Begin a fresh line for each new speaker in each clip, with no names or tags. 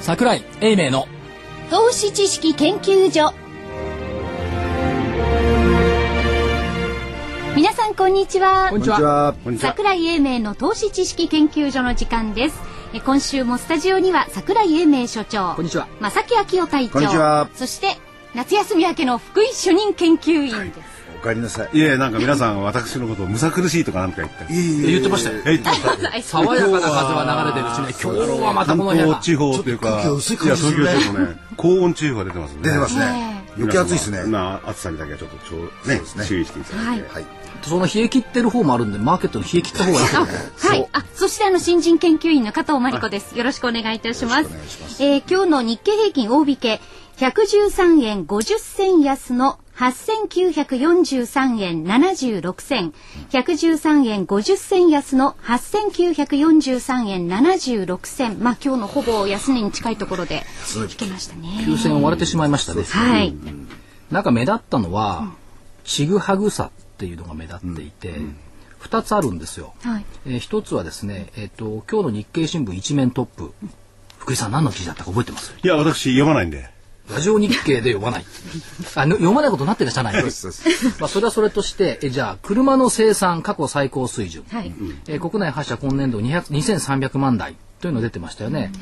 桜井英明の
投資知識研究所皆さんこんにちは
こんにちは。
こんにちは。
桜井英明の投資知識研究所の時間ですえ今週もスタジオには桜井英明所長
こんにちは。
正木昭夫隊
こんにちは
長そして夏休み明けの福井主任研究員です、
お帰りなさい。
いえ、なんか皆さん、私のことをむさ苦しいとかなんか言って。
言ってましたよ
え、ちょっと
はい
爽やかな風は流れてるしね今日はまた
関
この部屋
東
が
地方というか、い
ち
や、
ょっと
東
東
京地
京薄い感じですね
方ね、高温注意報が出てますね。
出てますね。余計暑いですね。
な暑さにだけはちょっとちょう、
そう
ね
ですね
注意していただいて。
はい。
その冷え切ってる方もあるんでマーケットの冷え切った方がいいですよね
はい、あ、そしてあの新人研究員の加藤真理子です。よろしくお願いいたします。えー今日の日経平均大引け113円50銭安の8943円76銭、113円50銭安の8943円76銭、まあ今日のほぼ安値に近いところで引けましたね。
急戦を追われてしまいましたね
はい、
なんか目立ったのはちぐはぐさっていうのが目立っていて2つあるんですよ
はい、
えー一つはですねえっと今日の日経新聞一面トップ福井さん何の記事だったか覚えてます
いや、私、読まないんで。
ラジオ日経で読まない。あの読まないことになってらっしゃらない。
そうです
まあそれはそれとして、えじゃあ車の生産過去最高水準。
はい、
えー国内発車今年度200 2300万台というのが出てましたよね。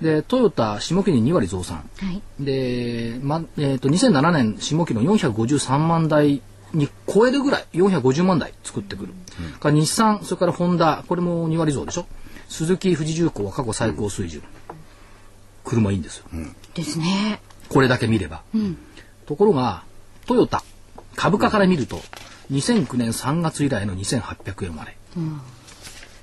でトヨタ下期に2割増産。
はい、
で、まえー、と2007年下期の453万台に超えるぐらい450万台作ってくる、から日産それからホンダこれも2割増でしょ鈴木富士重工は過去最高水準、車いいんですよ、
ですね。
これだけ見れば、ところがトヨタ株価から見ると2009年3月以来の2800円生まれ、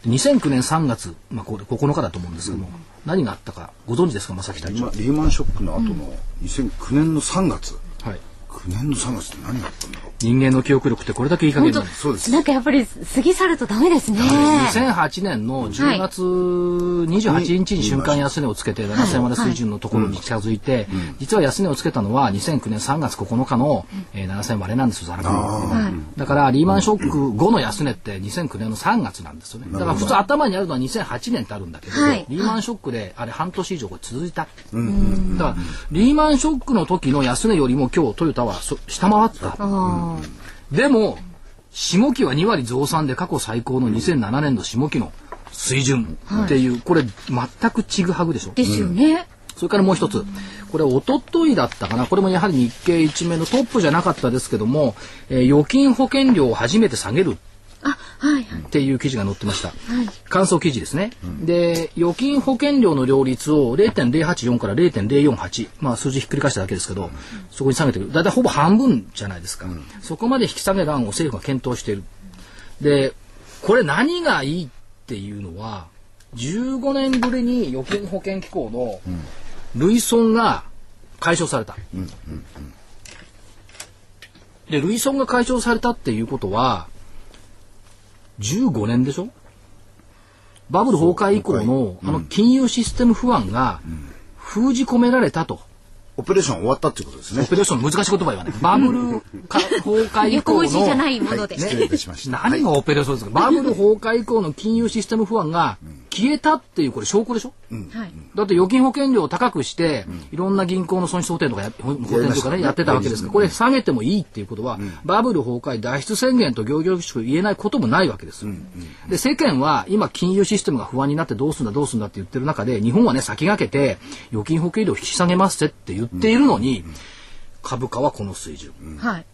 2009年3月、まあ、これ9日だと思うんですけども、何があったかご存知ですか正木隊
リ
長、
ーマンショックの後の2009年の3月。
はい、
9年の3月って何があったんだろう。
人間の記憶力ってこれだけいい加減なんです
そうです
なんかやっぱり過ぎ去るとダメですね。
2008年の10月28日に瞬間安値をつけて7000割れ水準のところに近づいて、実は安値をつけたのは2009年3月9日の、えー7000割れなんですよ、ざらく
はい
だからリーマンショック後の安値って2009年の3月なんですよね。だから普通頭にあるのは2008年ってあるんだけど、
はい
リーマンショックであれ半年以上これ続いた。だからリーマンショックの時の安値よりも今日トヨタはそ下回った。
あー
でも、下期は2割増産で過去最高の2007年度下期の水準っていう、これ全くちぐはぐでしょ。
ですよね。
それからもう一つ、これ一昨日だったかな、これもやはり日経一面のトップじゃなかったですけども、えー預金保険料を初めて下げる
あ、はいはい。
っていう記事が載ってました。感想記事ですね。で、預金保険料の両立を0.084から0.048、まあ数字ひっくり返しただけですけど、そこに下げてくる。だいたいほぼ半分じゃないですか。そこまで引き下げる案を政府が検討している。で、これ何がいいっていうのは、15年ぶりに預金保険機構の累損が解消された。で、累損が解消されたっていうことは、15年でしょバブル崩壊以降のあの金融システム不安が封じ込められたと。
オペレーション終わったってことですね
オ。ペレーションの難しい言葉言わない。バブルか崩壊以
横
降
文字じゃな
の。
いもので。
失礼いたしました。
何が
はい
オペレーションですか、バブル崩壊以降の金融システム不安が消えたっていうこれ証拠でしょ、
はい。
だって預金保険料を高くして、いろんな銀行の損失補填とかや保保
やり
険
ま
と
した
かね
ね
やってたわけですから、これ下げてもいいっていうことは、バブル崩壊脱出宣言と行々しく言えないこともないわけですよ。で世間は今金融システムが不安になってどうするんだどうするんだって言ってる中で日本はね先駆けて預金保険料を引き下げますってって言っているのに、株価はこの水準。
はい。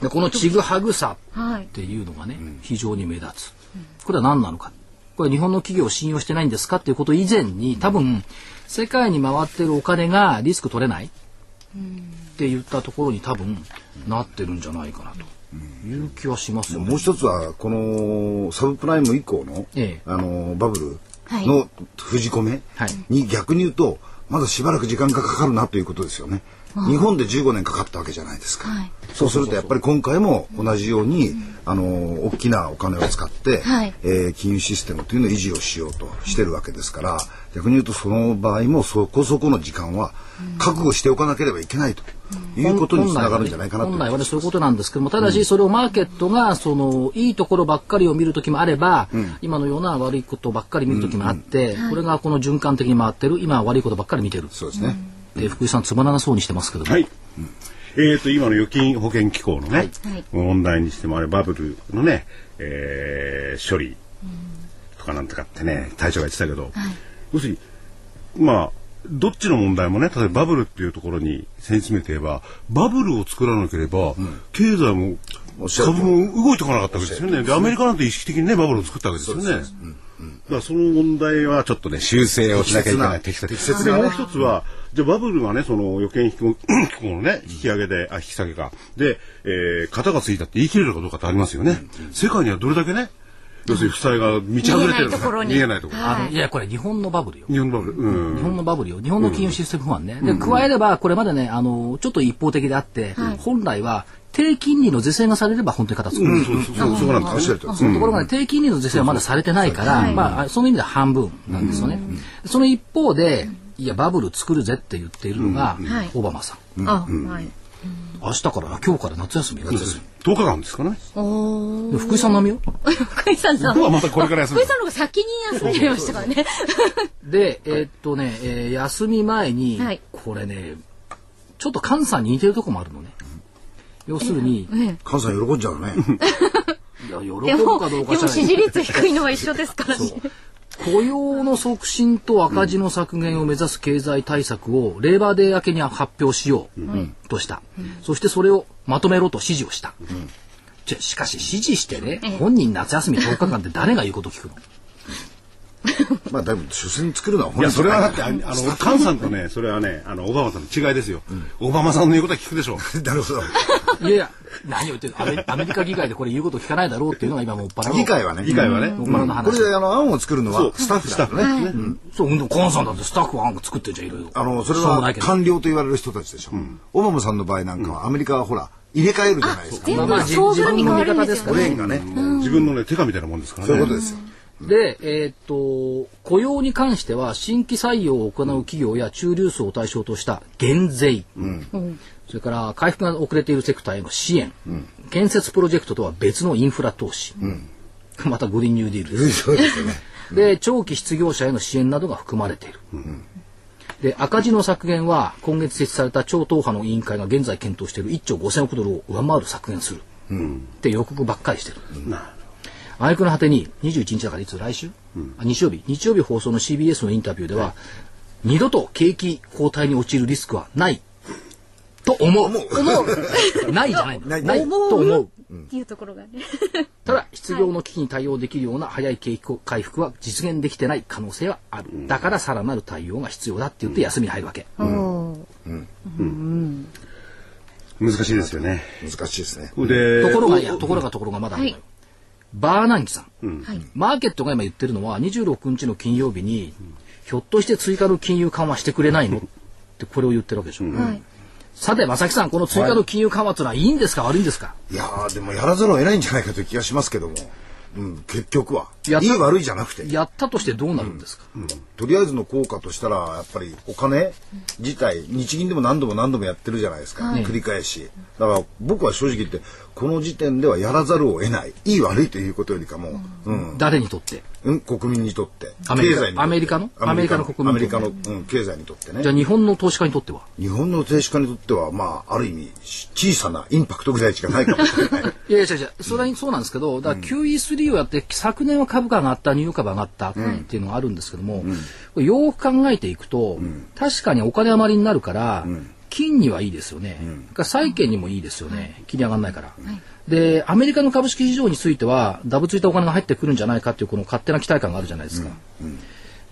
でこのちぐはぐさ
はい
っ。ていうのがね、非常に目立つ。これは何なのか。これは日本の企業を信用してないんですかっていうこと以前に、多分、世界に回ってるお金がリスク取れないって言ったところに多分なってるんじゃないかなという気はしますよ
も
ね
う。一つは、このサブプライム以降の
ええ、
あの、バブ
はい
ルの封じ込め
はい
に逆に言うと、まだしばらく時間がかかるなということですよね。日本で15年かかったわけじゃないですか。
はい
そうするとやっぱり今回も同じように、あの大きなお金を使って、
はい
えー金融システムというのを維持をしようとしてるわけですから逆に言うとその場合もそこそこの時間は覚悟しておかなければいけないということにつながるんじゃないかなと
本来はね、そういうことなんですけども、ただし、それをマーケットが、その、いいところばっかりを見るときもあれば、今のような悪いことばっかり見るときもあって、これがこの循環的に回ってる、今は悪いことばっかり見てる。
そうですね。
で、福井さん、つまらなそうにしてますけども。
はい。えっ、と、今の預金保険機構のね、
はい
問題にしても、あれバブルのね、えー処理とかなんとかってね、大将が言ってたけど、要するに、まあ、どっちの問題もね、例えばバブルっていうところにせり詰めて言えば、バブルを作らなければ、経済も
おっしゃる通
株
り
も動いてこなかったわけですよね。で、アメリカなんて意識的にね、バブルを作ったわけですよね。だからその問題はちょっとね、修正をしなきゃいけない。
適切な
適
適切
で
なね
もう一つは、じゃあバブルがね、その予見飛行飛行の ね、引き上げで、あ、引き下げか。で、えー、型がついたって言い切れるかどうかってありますよね。世界にはどれだけね、要するに負債が満ち溢れてる
見えないところに
見えないところ。
あの、いや、これ日本のバブルよ。
日本のバブル。うん
日本のバブルよ。日本の金融システム不安ね。で、加えれば、これまでね、あの、ちょっと一方的であって、本来は、低金利の是正がされれば本当に片付く。
うん、そうそうそう、そうなん
おっ
で
し
すよ
ゃる。とりです。
ところがね、低金利の是正はまだされてないから、まあ、その意味では半分なんですよね。その一方で、いや、バブル作るぜって言っているのが
はい、
オバマさん。
あ、はい。
明日から、今日から夏休み。
10日間ですかね。
おー。
で福井さん並みよ。
福井さんさん。
僕はまたこれから休む
福井さんの方が先に休んじゃいましたからね。
で、えーっとね、えー休み前に
はい、
これね、ちょっと菅さんに似てるとこもあるのね。要するに、
ね
菅さん喜んじゃうね。
いや喜ぶ
でも、
か
で
どう
も
かじゃない
支持率低いのは一緒ですからね。
雇用の促進と赤字の削減を目指す経済対策をレーバーデー明けに発表しようとした、そしてそれをまとめろと指示をした、じゃしかし指示してね、本人夏休み10日間って誰が言うこ と聞くの
まあだいぶ所詮作るのは本
いや、
人じ
そ
ゃ
れ
な
はだ
い
って、ああの、菅さんとね、それはね、あの、オバマさんの違いですよ。オバマさんの言うことは聞くでしょう。
なるほど。
いやいや何を言ってるアメアメリカ議会でこれ言うこと聞かないだろうっていうのが今もっぱらの
議会はね。
議会はね
うん
もっぱらの話、
これであの案を作るの
そう
はスタッフだからね。
ね。
そうでもコンさんだってスタッフ案作ってんじゃんいろいろ
あの、それ
しょうもな
はい
けど
官僚と言われる人たちでしょ。オバマさんの場合なんかは、アメリカはほら、入れ替えるじゃないですか。
全
まあまあ
部総分に変わるん
自分の味
ブ
方ですすか
でよ
ら
ね。
レーン
も
がね。
う自分のね、手がみたいなもんですからね。
そういうことですよ。
で、えーっと、雇用に関しては、新規採用を行う企業や中流層を対象とした減税、それから回復が遅れているセクターへの支援、建設プロジェクトとは別のインフラ投資、 またグリーンニューディールです。
そうですよね。
で、長期失業者への支援などが含まれている。で、赤字の削減は、今月設置された超党派の委員会が現在検討している1兆5000億ドルを上回る削減する。って予告ばっかりしてる。
な
あいくの果てに21日だからいつ来週、あ日曜日日曜日放送の CBS のインタビューでは、二度と景気後退に陥るリスクはないと思う ないじゃないの
ない
ないと思う
っていうところがね。
ただ失業の危機に対応できるような早い景気回復は実現できてない可能性はあるだからさらなる対応が必要だって言って休みに入るわけ、
おー
難しいですよね。
難しいですね。
で、
ところがいやところがところがまだあるのよ、
はい
バーナンキさん、
はい。
マーケットが今言ってるのは26日の金曜日に、ひょっとして追加の金融緩和してくれないのってこれを言ってるわけでしょ、
はい。
さて正木さんこの追加の金融緩和ってのはいいんですか悪いんですか
いやー、でもやらざるを得ないんじゃないかという気がしますけども。うん、結局は。いい
やった
悪いじゃなくて。
やったとしてどうなるんですか、
とりあえずの効果としたらやっぱりお金自体日銀でも何度も何度もやってるじゃないですか、繰り返しだから僕は正直言ってこの時点ではやらざるを得ないいい悪いということよりかも、うん
誰にとって
うん、国民にとって
アメリカ
経済にとって
アメリカのアメリカの国民
アメリカの、うん、経済にとってね
じゃあ日本の投資家にとっては
日本の投資家にとってはまあある意味小さなインパクトぐらいしかないか もしれない
いやいや違う違うそれはそうなんですけどだから QE3 をやって昨年は株価が上がったニューヨーク株が上がったっていうのがあるんですけども、これよく考えていくと、確かにお金余りになるから、金にはいいですよね、だから債券にもいいですよね金利上がらないから、でアメリカの株式市場についてはダブついたお金が入ってくるんじゃないかっていうこの勝手な期待感があるじゃないですか、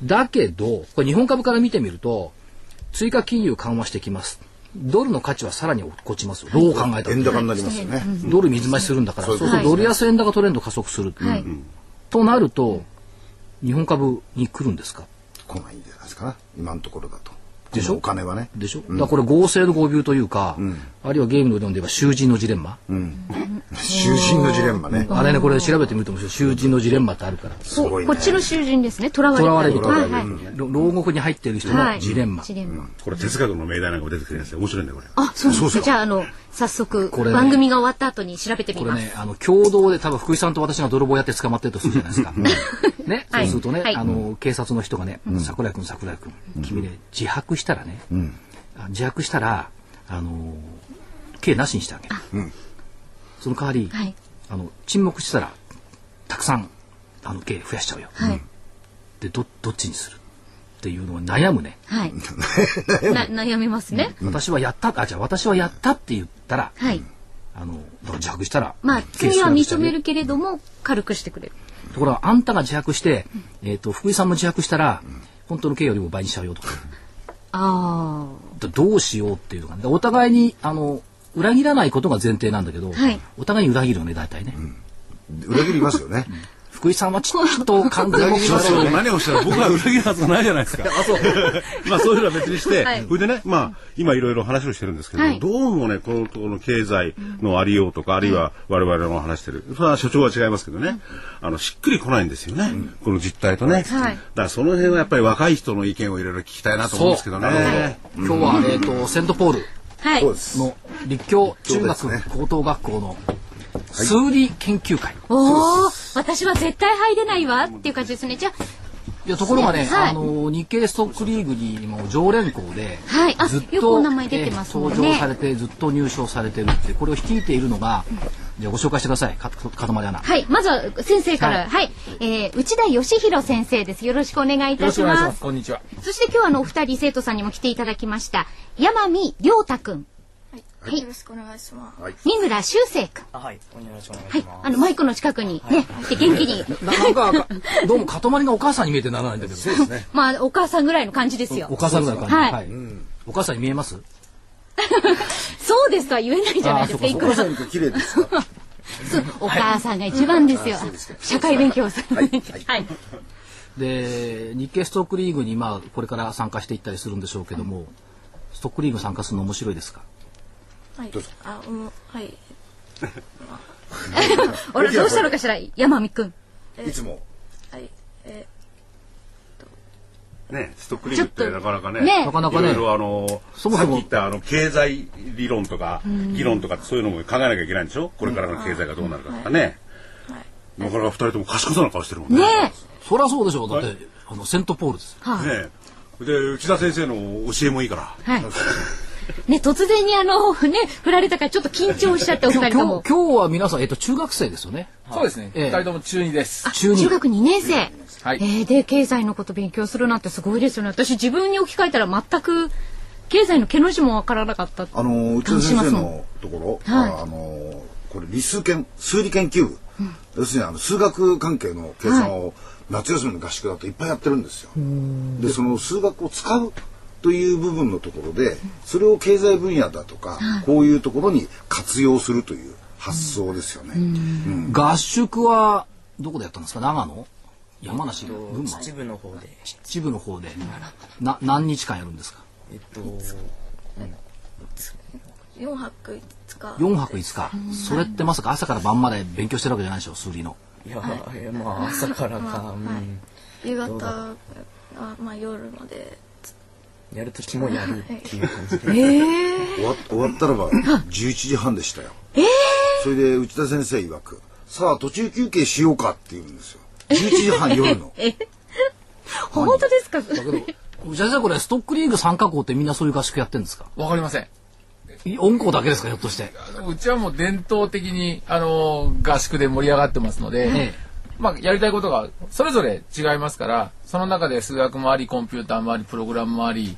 だけどこれ日本株から見てみると追加金融緩和してきますドルの価値はさらに落っこちますよどう考えたら
円高になりますよね、
ドル水増しするんだから、そうするとドル安円高トレンド加速する、
はい。
となると日本株に来るんですか
来ないんじゃないですかな今のところだと
でしょ
お金はね。
でしょ、だからこれ合成の合流というか、あるいはゲームの理論で言えば囚人のジレンマ、
囚人のジレンマね。
あれねこれ調べてみると面白い囚人のジレンマってあるから
すごいね。
こっちの囚人ですね。囚われ
囚われ
て
る
る。
と、
はいはい。
ろ牢獄に入っている人
はい
のジレンマ、
ジレンマ。
これ哲学の命題なんかも出てくるやつで面白いんだよこれ。
あ、そうなんで
そ
す
うそう
ね。じゃあ、あの、早速、
これね
番組が終わった後に調べてみ
これ
ます。
ね、あの、共同で多分福井さんと私が泥棒やって捕まってるとするじゃないですか。ね、そうするとね、
はい
あの、警察の人がね、桜井君、桜井君、君ね、自白したらね、あ自白したら、あの、刑なしにしてあげる。その代わり、
はい
あの、沈黙したら、たくさん、あの、刑増やしちゃうよ。
はい。
で、ど、どっちにするっていうのを悩むね。
はい。 な悩みますね。
私はやった、あ、じゃあ私はやったって言ったら、
はい。
あの、だから自白したら、
まあ、
刑
罪は
少なくして
認
あげ
め
よう
るけれども、軽くしてくれる。
ところがあんたが自白して、えー、と福井さんも自白したら、本当の刑よりも倍にしちゃうよとか
あ
だどうしようっていうのが、ね、お互いにあの裏切らないことが前提なんだけど、
はい
お互いに裏切るよね大体ね、
裏切りますよね。
福井さんはちょっと完全に
そうそう何をおっしゃる僕は裏切るはずがないじゃないです か。まあそういうのは別にして、
はい
それでね、まあ今いろいろ話をしてるんですけど、
はい
どうもね、このところの経済のありようとか、あるいは我々の話してる、それは所長は違いますけどね、あの、しっくりこないんですよね、この実態とね。だからその辺はやっぱり若い人の意見をいろいろ聞きたいなと思うんですけどね。
今日は、えー、とセントポール
あ。はい
そう。です。
の立教中
そうです
学高等学校の数理研究会、
おお、私は絶対入れないわっていう感じですね。じゃ
いやところがね、
はい
あの日経ストックリーグにも常連校で、
はいあ
ずっ
よくお
と、
名前出てますもんね
登場されてずっと入賞されてるってこれを率いているのが、じゃあご紹介してくださいかかとまりアナ
あ、はい。まずは先生から。はい。えー内田義弘先生です。よろしくお願いいたします。
こんにちは。
そして今日あの、お二人生徒さんにも来ていただきました。山見良太くん。
はい、よろしくお願いします。
三村修正くん。
あ、はい。よろしくお願い
は
し
い
ま。
あの、マイクの近くにね、で元気に。
ななんか かどうもかとまりがお母さんに見えてならないんだけど
まあ、お母さんぐらいの感じですよ
お。母さんぐらいの感じ、
はい
お母さんに見えます
そうですとは言えないじゃないですか、
あ
い
そう
く
お母
ら。
さんと綺麗ですか。
そうお母さんが一番ですよ。社会勉強をする。 はい。
で日経ストックリーグにまあこれから参加していったりするんでしょうけども、ストックリーグ参加するの面白いですか
はい、あ、うん、はい、
あら、どうしたのかしら、山見くん。
いつも。
はい、え
ね、ストックリームってなかなかね、
ちょっとね
なかなかね
いろいろあの、
そも
さ
そも
っき言ったあの経済理論とか、議論とかそういうのも考えなきゃいけないんでしょこれからの経済がどうなるかとかね。なかなか二人とも賢そうな顔してるもんね。
ね
そりゃそうでしょうだって、あのセントポールですよ
え。はい。
ねえで、内田先生の教えもいいから。
はい。ね、突然にあの、ね、振られたからちょっと緊張しちゃって、お
今日
二人と
今
も
日。今日は皆さん、えっと、中学生ですよね
す。そうですね。
ええ
二人とも中二です
あ。
中二
中学2年生。
はい
えーで、経済のこと勉強するなんてすごいですよね。私自分に置き換えたら全く、経済の毛の字もわからなかった。
あの内田
感じ
先
します
生
もん
のところ、
はい
あのこれ理数研数理研究部、要するにあの数学関係の計算を夏休みの合宿だといっぱいやってるんですよ。でその数学を使うという部分のところでそれを経済分野だとか、こういうところに活用するという発想ですよね。
合宿はどこでやったんですか長野山梨群馬
秩父の方で。
秩父の方でな何日間やるんですか
えっと、
ー、4泊5日。
4泊5日それってまさか朝から晩まで勉強してるわけじゃないでしょ数理の
いや、えまあ朝からか、う
はい
ん
夕方、あまあ夜まで。
やるときもやるっていう感じで。
終わ終わったらば11時半でしたよ。それで内田先生曰くさあ途中休憩しようかって言うんですよ。11時半夜の。
本当ですか
じゃあこれストックリーグ参加校ってみんなそういう合宿やってるんですか
わかりません。
音校だけですかひょっとして
うちはもう伝統的に、あの、合宿で盛り上がってますので、
ええ
まあ、やりたいことがそれぞれ違いますから、その中で数学もあり、コンピューターもあり、プログラムもあり、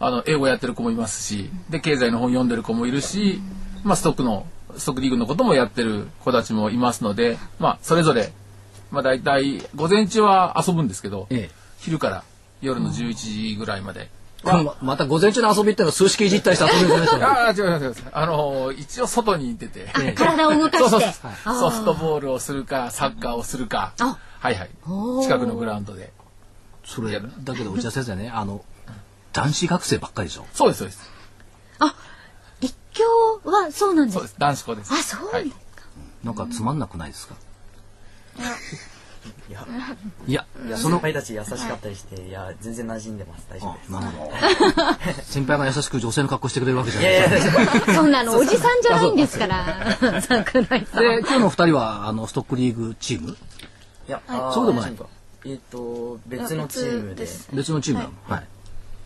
あの、英語やってる子もいますし、で、経済の本読んでる子もいるし、まあ、ストックの、ストックリーグのこともやってる子たちもいますので、まあ、それぞれ、まあ、大体、午前中は遊ぶんですけど、
ええ
昼から夜の11時ぐらいまで。
ままた午前中の遊びっていうのは数式いじったりして遊びじゃないです よね
ああ、違う違う違う。あのー一応外に出て、
体を動かして。
そうそうそう
あー
ソフトボールをするか、サッカーをするか、
あ
はいはい、近くのグラウンドで。
それだけど内田先生ねあの男子学生ばっかりでしょ。
そうです、そうです。
立教はそうなんです
そうです。男子校です。
あそうなん
はい
です
なんかつまんなくないですかいや、
いや
その
先輩たち優しかったりして、いや、全然馴染んでます。大丈夫
あ
です。
なるほど。先輩が優しく女性の格好してくれるわけじゃ
い
ない
やいやいや
そんなのおじさんじゃないんですから。桜井さん。
で、今日のお二人は、あの、ストックリーグチーム
いや、あー
そうでもない
えっ、と、別のチー
別
ム
で
で、
す
別のチームなの、はい、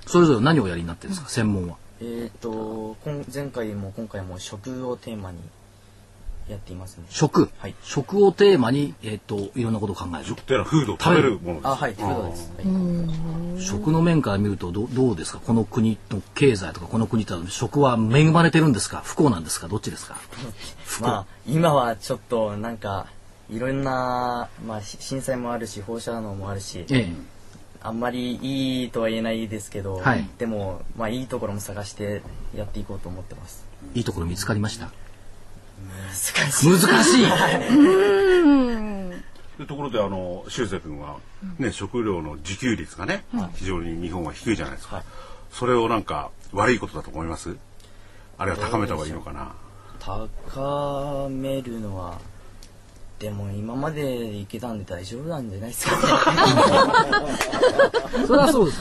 それぞれ何をおやりになってるんですか、専門は。
えっ、と、こん前回も今回も食をテーマにやっていますね。
食。
はい
食をテーマに、えっ、と、いろんなことを考え
食
る
っ。てのはフード食べるものです
あ、はい、フードです。はい
食の面から見るとど、どうですかこの国の経済とか、この国って食は恵まれてるんですか不幸なんですかどっちですか
まあ、今はちょっとなんか、いろんな、まあ、し震災もあるし、放射能もあるし、
ええ。
あんまりいいとは言えないですけど、
はい
でも、まあ、いいところも探してやっていこうと思ってます。
いいところ見つかりました
難しい。
難しい
でところであの修正君は、ね、食料の自給率がね、非常に日本は低いじゃないですか、
はい
それをなんか悪いことだと思いますあるいは高めた方がいいのかな
高めるのはでも今までいけたんで大丈夫なんじゃないですか ね
それはそうです。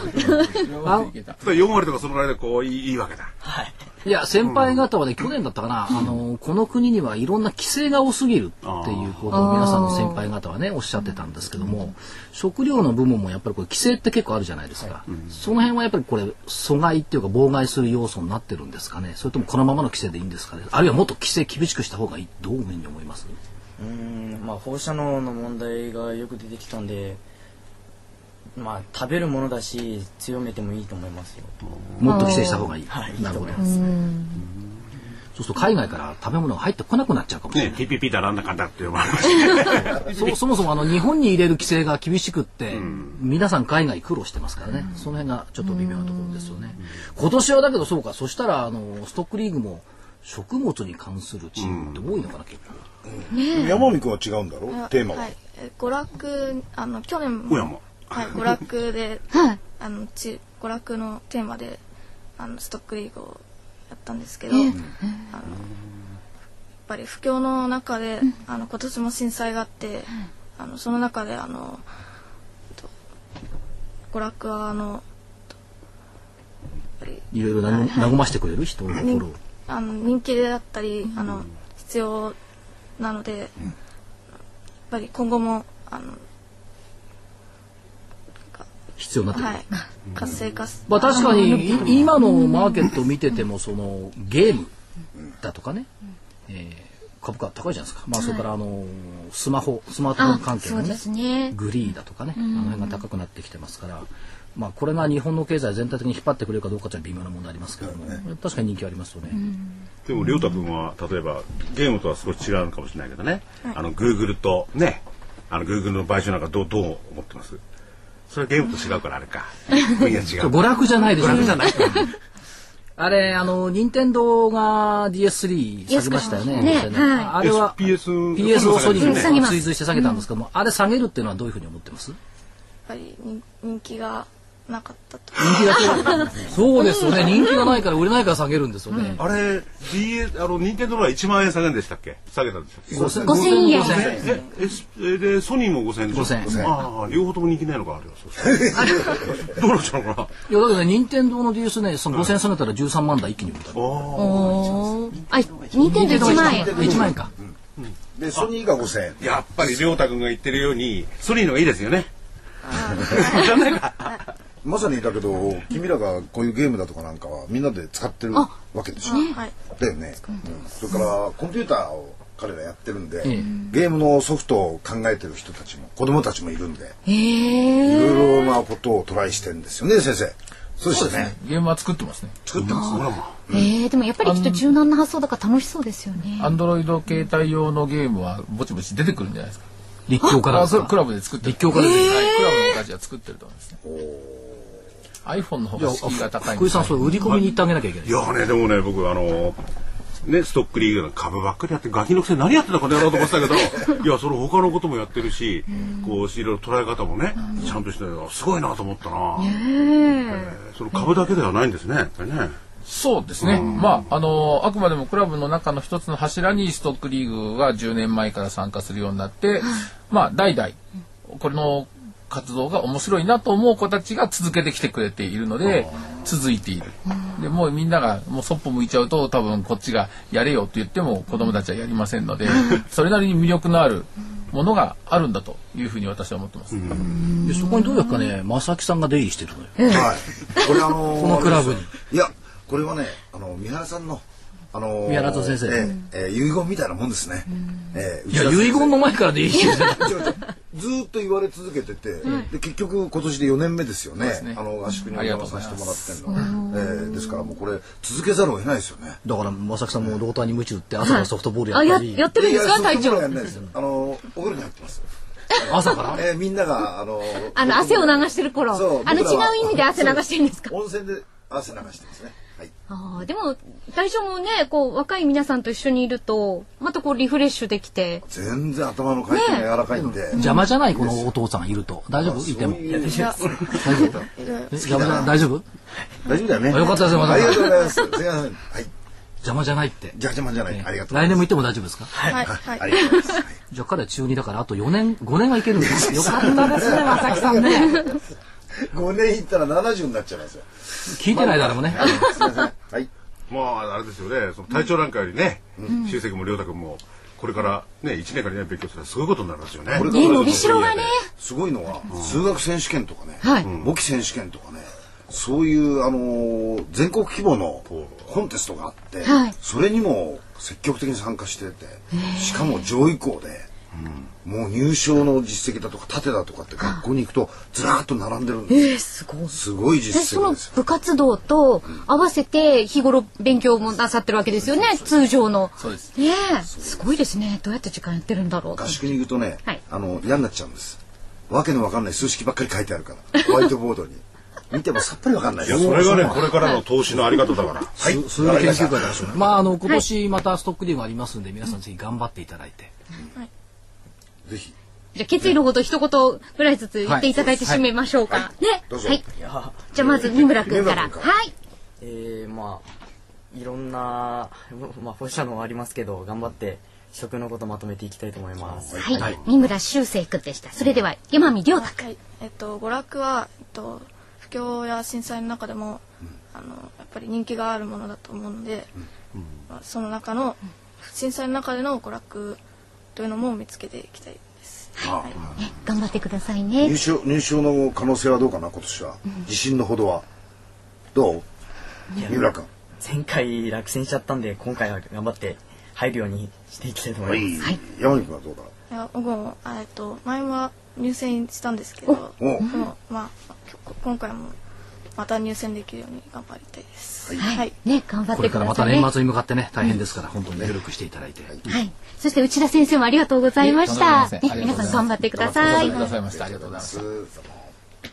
あ
いけた。
4割とかそのぐらいでこういいいいわけだ
はい
いや、先輩方はね、去年だったかな、あの、この国にはいろんな規制が多すぎるっていうことを皆さんの先輩方はね、おっしゃってたんですけども、食料の部門もやっぱりこれ規制って結構あるじゃないですか。その辺はやっぱりこれ、阻害っていうか妨害する要素になってるんですかね。それともこのままの規制でいいんですかね。あるいはもっと規制厳しくした方がいい。どういうふうに思います
うーんまあ放射能の問題がよく出てきたんでまあ食べるものだし強めてもいいと思いますよ
もっと規制した方がいい。
はいいい
なる
と思
ほど
い。ます
そうすると海外から食べ物が入ってこなくなっちゃうかもしれない
ね TPP だなんだかんだって呼ばれまし
そそもそもあの日本に入れる規制が厳しくって、皆さん海外苦労してますからね、その辺がちょっと微妙なところですよね。今年はだけどそうか、そしたらあのストックリーグも食物に関するチームって多いのかな、結構。
山見君は違うんだろテーマは、
はい、え娯楽あの去年
おやも
も、はい、娯楽で、
はい
あのち娯楽のテーマであのストックリーグをやったんですけど、あのやっぱり不況の中で、あの今年も震災があって、あのその中であのと娯楽はあのとやっぱり
いろいろなの和ましてくれる人の心を。
あの人気であったりあの必要なので、やっぱり今後もあの
必要になってくる。
はい、活性化す、
まあ確かにい今のマーケットを見ててもそのゲームだとかね、えー株価高いじゃないですか。まあそれからあのスマホ、スマートフォン関係
そ
の
う
ね
で。すね。
グリーだとかね、あの辺が高くなってきてますから、まあ、これが日本の経済全体的に引っ張ってくれるかどうかというのは微妙な問題ありますけども、確かに人気ありますよね。
たでも亮太君は例えばゲームとは少し違うのかもしれないけどね、あのグーグルとねあのグーグルの買収なんかどうどう思ってますそれはゲームと違うからあれか分野違う
娯楽じゃないでしょ。
娯楽じゃない
あれ、あの、任天堂が DS3 下げましたよね。
ね
実際ね
はい
あれは
PS
PS をソニー
下げ
に
ます
追随して下げたんですけども、あれ下げるっていうのはどういうふうに思ってます
やっぱり人人気がなかったと。
人気 がそうですよね。人気がないから売れないから下げるんですよね。
あれ、D、あの、任天堂が1万円下げんでしたっけ下げたんでしたっけ
5000
5000円
5000
え、ええすえ、で、ソニーも5000円でしょ
5000
ああ、両方とも人気ないのか、あれは。そう そうどうなっちゃうのかな。
いや、だけどね、任天堂の DS ね、その5000円下げたら13万台一気に売れた。
ああ。
あ、2点で1万円。
1万円か。
でソニーが5000円
やっぱり、りょうたくんが言ってるように、ソニーのがいいですよね。
まさにだけど君らがこういうゲームだとかなんかはみんなで使ってるわけでしょ、
はい、
だよね、うんそれからコンピューターを彼らやってるんで、
ええ
ゲームのソフトを考えてる人たちも子供たちもいるんでい
へえ。
ろいろなことをトライしてるんですよね先生そうですね
ゲームは作ってますね。
作ってます
えー、でもやっぱりきっと柔軟な発想だから楽しそうですよね。
アンドロイド携帯用のゲームはぼちぼち出てくるんじゃないですか。
立教から
あ
です
それ
か
クラブで作ってる。
立教から出て
は
る
い、クラブのお菓子は作ってると思いますね。iPhone の方が敷居が高いん
福井
で
さん、それ売り込みに行ってあげなきゃいけない。
いやね、でもね、僕、あの、ね、ストックリーグの株ばっかりやってガキのくせに何やってたかねやろうと思ってたけど いやその他のこともやってるしこういろいろ捉え方もねちゃんとしてあすごいなと思ったな、えーその株だけではないんですねやっぱりね。
そうですね、まああのあくまでもクラブの中の一つの柱にストックリーグが10年前から参加するようになって、まあ代々この活動が面白いなと思う子たちが続けてきてくれているので続いているでもうみんながもうそっぽ向いちゃうと多分こっちがやれよって言っても子どもたちはやりませんのでそれなりに魅力のあるものがあるんだというふうに私は思ってます。
でそこにどうやらね正木さんが出入りしてるのよ
はい。これあのー
このクラブに
いや、これはね、あの三原さんのあのー
三原と先生
えーえー遺言みたいなもんですね。えー
いや遺言の前から出入りしてるじゃん
違う違う ずーっと言われ続けてて、で結局今年で4年目ですよね。
すね
あの合宿にお邪魔させてもらってんの。えーですからもうこれ続けざるを得ないですよね。
だから正木さんもローターに夢中って朝からソフトボールや
あ
った
や
り
やってるんです
いや
か
そんな
隊
こと
長
はやんないですよ。あのーお風呂に入ってます。
朝から
えーみんながあのー
あの汗を流してる頃
そう
あの違
僕らは
う意味で汗流してるんですか
温泉で汗流してますね。はい。
あーでも隊長もねこう若い皆さんと一緒にいるとまたこうリフレッシュできて
全然頭の回転が柔らかいんで。
邪魔じゃないこのお父さんいると大丈夫いても
そういう
いや
大丈夫え邪魔じゃ大丈夫
大丈夫だよね。
よかったですよまだ
ありがとうございます。すいません。はい。
邪魔じゃないって
じゃじゃまじゃない。ありがとうござ
来
い
年も
ま
行っても大丈夫ですか
はいはい
す。ありがとうございます。
じゃあ彼は中2だからあと4年5年はいけるんですよかったですね正木さんね
5年行ったら70になっちゃいますよ。
聞いてないだろうね
すいません。はい。
まああれですよねその体調なんかよりね修正君も亮太君もこれからね1年から2年勉強するらすごいことになりますよね。
これから
ね伸びしろがね
すごいのは、数学選手権とかね、
はい
簿記選手権とかね、そういう、あのー全国規模のコンテストがあって、
はい
それにも積極的に参加してて、しかも上位校で、もう入賞の実績だとか盾だとかって学校に行くとずらーっと並んでるんですよ、
すごい
すごい
で
実
そ
績
の
ですよ
部活動と合わせて日頃勉強もなさってるわけですよね通常の
そうです
ねえすごいですねどうやって時間やってるんだろう
合宿に行くとね、
はい
あの嫌になっちゃうんですわけのわかんない数式ばっかり書いてあるからホワイトボードに 見てもさっぱりわかんない
いやそれがねこれからの投資のあり方だから。
はい
数学研究会だしまああの今年またストックリーグありますんで皆さんぜひ頑張っていただいて
ぜひ
じゃあ決意のほど一言ぐらいずつ言っていただいて締めましょうか、ね
どうぞ
はいじゃあまず三村君か
三村
ら
君から
はい
えー、まあいろんな、 まあ、保護者のもありますけど頑張って食のことまとめていきたいと思います。
はい、三村修正君でしたそれでは山見亮太君
はい、えっと、娯楽は、えっと、不況や震災の中でも、あのやっぱり人気があるものだと思うので、まあ、その中の震災の中での娯楽というのも見つけていきたいです。はい
ね頑張ってください
入
ね
賞入賞の可能性はどうかな今年は、自信のほどはどう三浦君
前回落選しちゃったんで今回は頑張って入るようにしていきたいと思います。
はい
山口君はどうだ
いや僕もあえっと前は入選したんですけど
おお
でもまあきょ今回もまた入選できるように頑張りたいです。
はい、
はい
ね頑張っ
こ
て
れ
く
から
だ
ま
さ
た
いね
年末に向かってね大変ですから本当に努力していただいて
はいそして内田先生もありがとうございました、
いえとん
ね
でもありませんありがとうございます
皆さん頑張ってください
くださいました。ありがとうございます。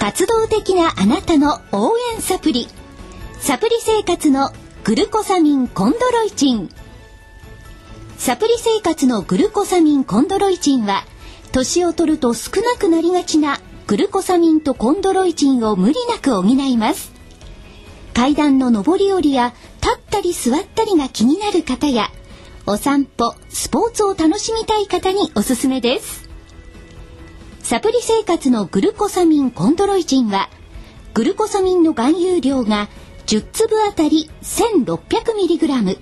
活動的なあなたの応援サプリサプリ生活のグルコサミンコンドロイチンサプリ生活のグルコサミンコンドロイチンは年を取ると少なくなりがちなグルコサミンとコンドロイチンを無理なく補います階段の上り下りや立ったり座ったりが気になる方やお散歩スポーツを楽しみたい方におすすめですサプリ生活のグルコサミンコンドロイチンはグルコサミンの含有量が10粒あたり 1600mg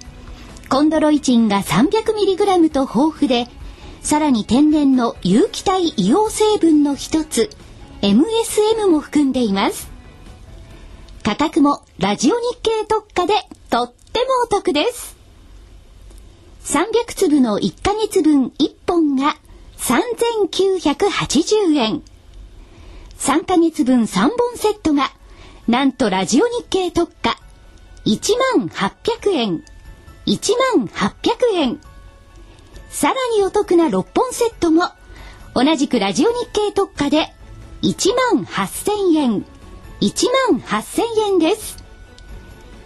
コンドロイチンが 300mg と豊富でさらに天然の有機体硫黄成分の一つ MSM も含んでいます価格もラジオ日経特価でとってもお得です300粒の1ヶ月分1本が3980円。3ヶ月分3本セットが、なんとラジオ日経特価、1800円。1800円。さらにお得な6本セットも、同じくラジオ日経特価で、 1万8000円1万8000円です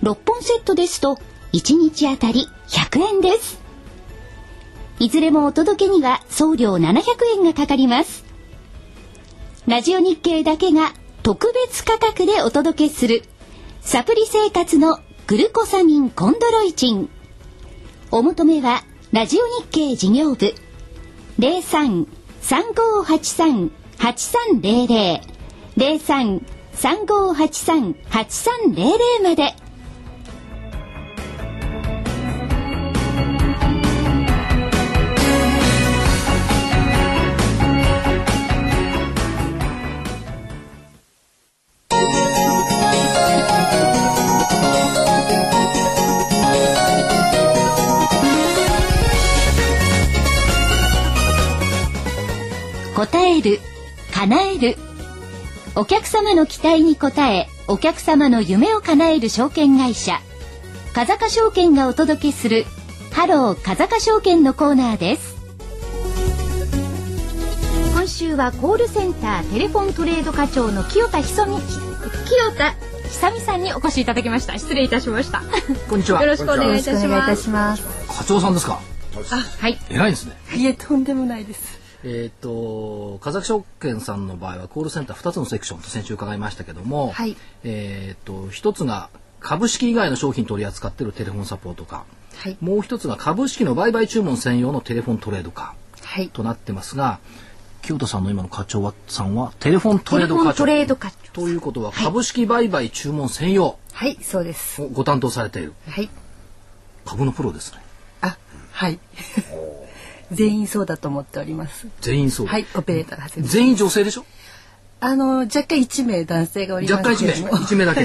6本セットですと1日あたり100円ですいずれもお届けには送料700円がかかりますラジオ日経だけが特別価格でお届けするサプリ生活のグルコサミンコンドロイチンお求めはラジオ日経事業部零三三五八三八三零零零三三五八三八三零零まで。答える叶えるお客様の期待に応えお客様の夢を叶える証券会社風賀証券がお届けするハロー風賀証券のコーナーです今週はコールセンターテレフォントレード課長の清田ひそみ清田久美さんにお越しいただきました失礼いたしました
こんにちは
よ。ろしくお願いいたします
課長さんですか。
はい
偉いですね。
いえ、とんでもないです。
えっ、と、風崎証券さんの場合はコールセンター2つのセクションと先週伺いましたけども、
はい
えっ、と、1つが株式以外の商品取り扱っているテレフォンサポートか、
はい。
もう1つが株式の売買注文専用のテレフォントレードか
はい。
となってますが、清田さんの今の課長はさんはテレフォント
テ
レ
レ
ード
フォ
課
ント
長。
レード課長。
ということは株式売買注文専用
はい、そうです。
をご担当されている
はい。
株のプロですね。
あ、はい。全員そうだと思っております。
全員そう。
はい、オペレーターが全部。
全員女性でしょ
あの、若干1名男性がおります
若干
け
1
れど
名
も。
1名だけ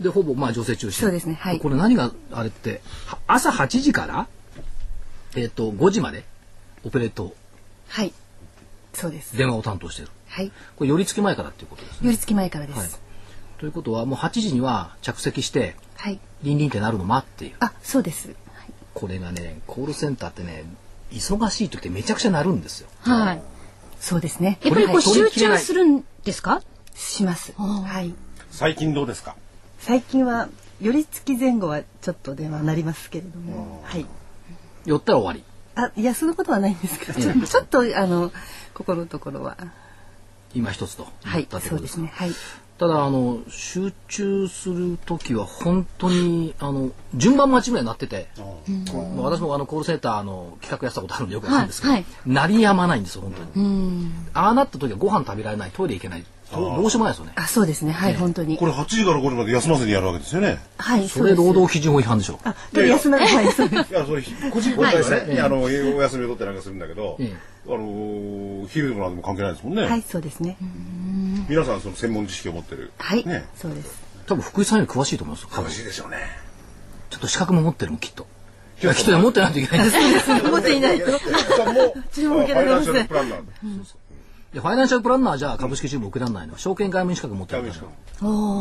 でほぼまあ女性中心
そうですねはい
これ何があれっては朝8時から、えっと5時までオペレート
はい。そうです。
電話を担当している
はい。
これ寄り付き前からっていうことですね
寄り付き前からで
はい
す。
ということはもう8時には着席して
はい。
リンリンってなるの待っている
あ、そうです。
これがねコールセンターってね忙しい時ってめちゃくちゃなるんですよ
はい。
そうですね。
やっぱりこう
取り
集
切れな
中
い
するんですか
します。はい。
最近どうですか
最近は寄り付き前後はちょっと電話なりますけれども、はい。
寄ったら終わり
あ、いやそんなことはないんですけど、ちょ ちょっとあのここのところは、
今一つと
は
言っ
い
た、って
そ
こ
うで
とです
す
か
ね、はい。
ただあの集中する時は本当にあの順番待ちぐらいになってて、もう私もあのコールセンターの企画やってたことあるんでよくわかるんですけど、
はい
鳴りやまないんですよ本当にああなった時はご飯食べられないトイレ行けないどうどうしようもないですよね
あ、そうですね、はい、本当に
こ。れ8時から5時まで休ませてやるわけですよね。
はい、
それ
うです
労働基準法違反でしょ
あ、で休まない、はい、そうです。
いやそれ個人個体でね、あのお休みを取ってなんかするんだけど、
え
あの昼でもなんでも関係ないですもんね。
はい、そうですね。
皆さんその専門知識を持ってる。
はい
ね、
そうです。
多分福井さんより詳しいと思いますよ多分
しいでしょうね。
ちょっと資格も持ってるもんきっといやきっとね持ってないといけないです
持っていないと。
さ んも
注文受けられません
ファイナンシャルプランナーで。
いやファイナンシャルプランナーじゃ株式注文受けられないのは証券外務員資格持ってるから
外務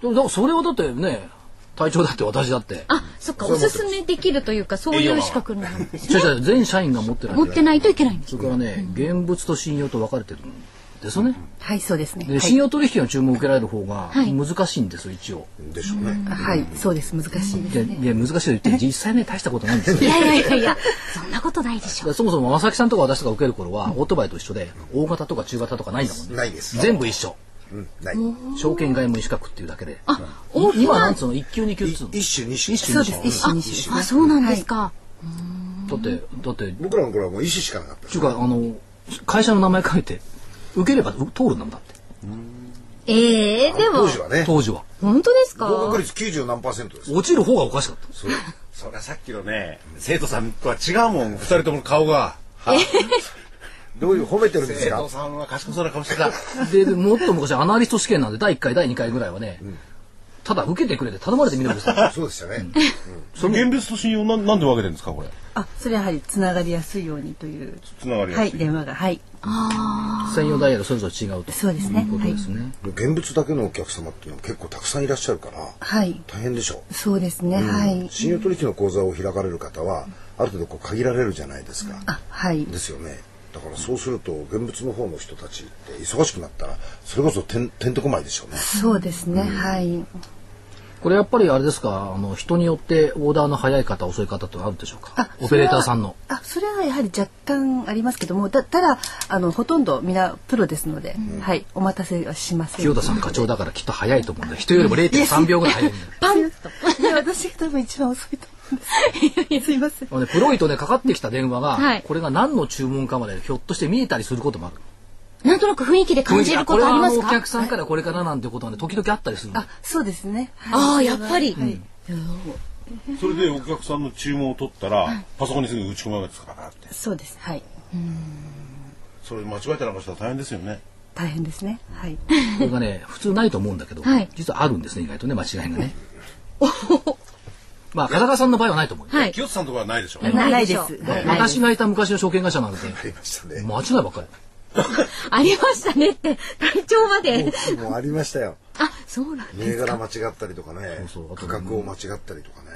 でもだからそれはだってね隊長だって私だって
あ、そっか、おすすめできるというか、そういう資格なんですね。
違う違う全社員が持ってない
持ってないといけないんです。
それからね、現物と信用と分かれてるんですよね。
はい、そうですね。
で、信用取引の注文を受けられる方が難しいんですよ、一応。
でしょうね。
はい、はいそうです。難しいです。
で、いや難しいと言って、実際ね、大したことないんですよ。
い
だ
やいやいやいや、そんなことないでし
か
ょ。
らそもそも、正木さんとか私とか受ける頃は、オートバイと一緒で、大型とか中型とかないんだもんね。
ないです。
全部一緒。
うん、ない。
証券外務資格っていうだけで。
大き
今
な
なんつうの、一級二級っつうの。
い一種二種
一
そ
種
う
二
です。
種。
一種二種。
あ、そうなんですか。
だって、だって、
僕らの頃はもう意思しかなかったで
ち
す。
ゅうか、あの、会社の名前書いて、受ければう通るんだもんだって、
ええ、でも
当、時はね。
当時は。
本当です
合
か
格率90何パーセントです。
落ちる方がおかしかった。
そう
そりゃさっきのね、生徒さんとは違うもん、二人とも顔が。
どういう褒めてるんです
生
か
徒。さんは賢そうな顔してた。
ででもっと昔アナリスト試験なんで第1回第2回ぐらいはね、ただ受けてくれて頼まれてみるんですよ
そうでしたね。
その現物と信用なんなんで分けてるんですかこれ。
あ、それはやはりつながりやすいようにという。
つながりや
は
す
い、電話が、はい、
専用ダイヤルそれぞれ違うと
そうですね
いうことですね、
現物だけのお客様っていうのは結構たくさんいらっしゃるから、
はい。
大変でしょう。
そうですね、はい。
信用取引の口座を開かれる方は、ある程度こう限られるじゃないですか。
あ、はい。
ですよね。だからそうすると現物の方の人たちって忙しくなったらそれこそてんてんてこまいでしょうね。
そうですね、はい。
これやっぱりあれですか、あの人によってオーダーの早い方、遅い方ってあるんでしょうか。オペレーターさんの。
あそれはやはり若干ありますけどもだただあのほとんど皆プロですので、はい、お待たせはしません
清田さん課長だからきっと早いと思うんだ。人よりも0.3秒ぐらい早いんだよ。
パンといや私が多分一番遅いと思うんですすいません
あのねプロイとね、かかってきた電話
は
が
い、
これが何の注文かまでひょっとして見えたりすることもある。
なんとなく雰囲気で感じることあります
これはお
か
客さんからこれからなんてことはね、時々あったりするの
あそうですね、はい
ああ、やっぱり。
それでお客さんの注文を取ったら、パソコンにすぐ打ち込むわけですからなって
そうですはい
それ間違えたらかしたら大変ですよね
大変ですねはい
これが ね、普通ないと思うんだけど
はい、
実はあるんですね、意外とね、間違いが ね。まあ、片川さんの場合はないと思うよ。
はい。
清津さんのところはないでしょう、
ないでしょ
な
う
い。ですはい
私がいた昔の証券会社なんて、
ありましたね。
間違いばっかり。
ありましたねって、会長まで。
もうありましたよ。
あ、そうなん
銘柄間違ったりとかね
そうそうあと
価格を間違ったりとかね。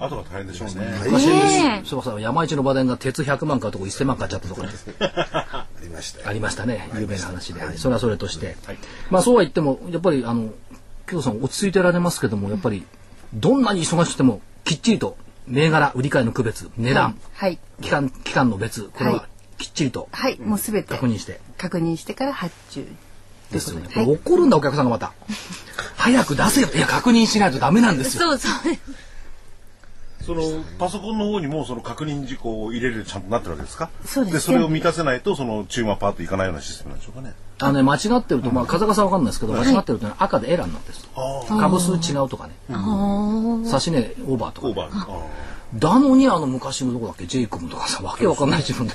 あとは大変でしょうね
大変です。
ね
そうそう、山一の場電が鉄100万買うとこ1000万買っちゃったとかね。
ありましたよ。
ありましたね有名な話で、それはそれとして、まあそうは言ってもやっぱりあの京都さん落ち着いてられますけどもやっぱりどんなに忙しくてもきっちりと銘柄売り買いの区別値段、
はい
期間期間の別これ
は
はきっちりと
はい、もうすべて
確認して、
確認してから発注
ですよね、
はい
これ怒るんだお客さんがまた早く出せよっていや確認しないとダメなんですよ
そうそう。
そのパソコンの方にもその確認事項を入れるようにちゃんとなってるわけですか
そうですね
それを満たせないとその注文はパーッといかないようなシステムなんでしょうかね
あのね間違ってると、まあ風がさんわかんないですけど間違ってるとね赤でエラーになってるんです株数違うとかね差し値オーバーとか
オーバーあ
だのにあの昔のどこだっけジェイクムとかさわけわかんない自分で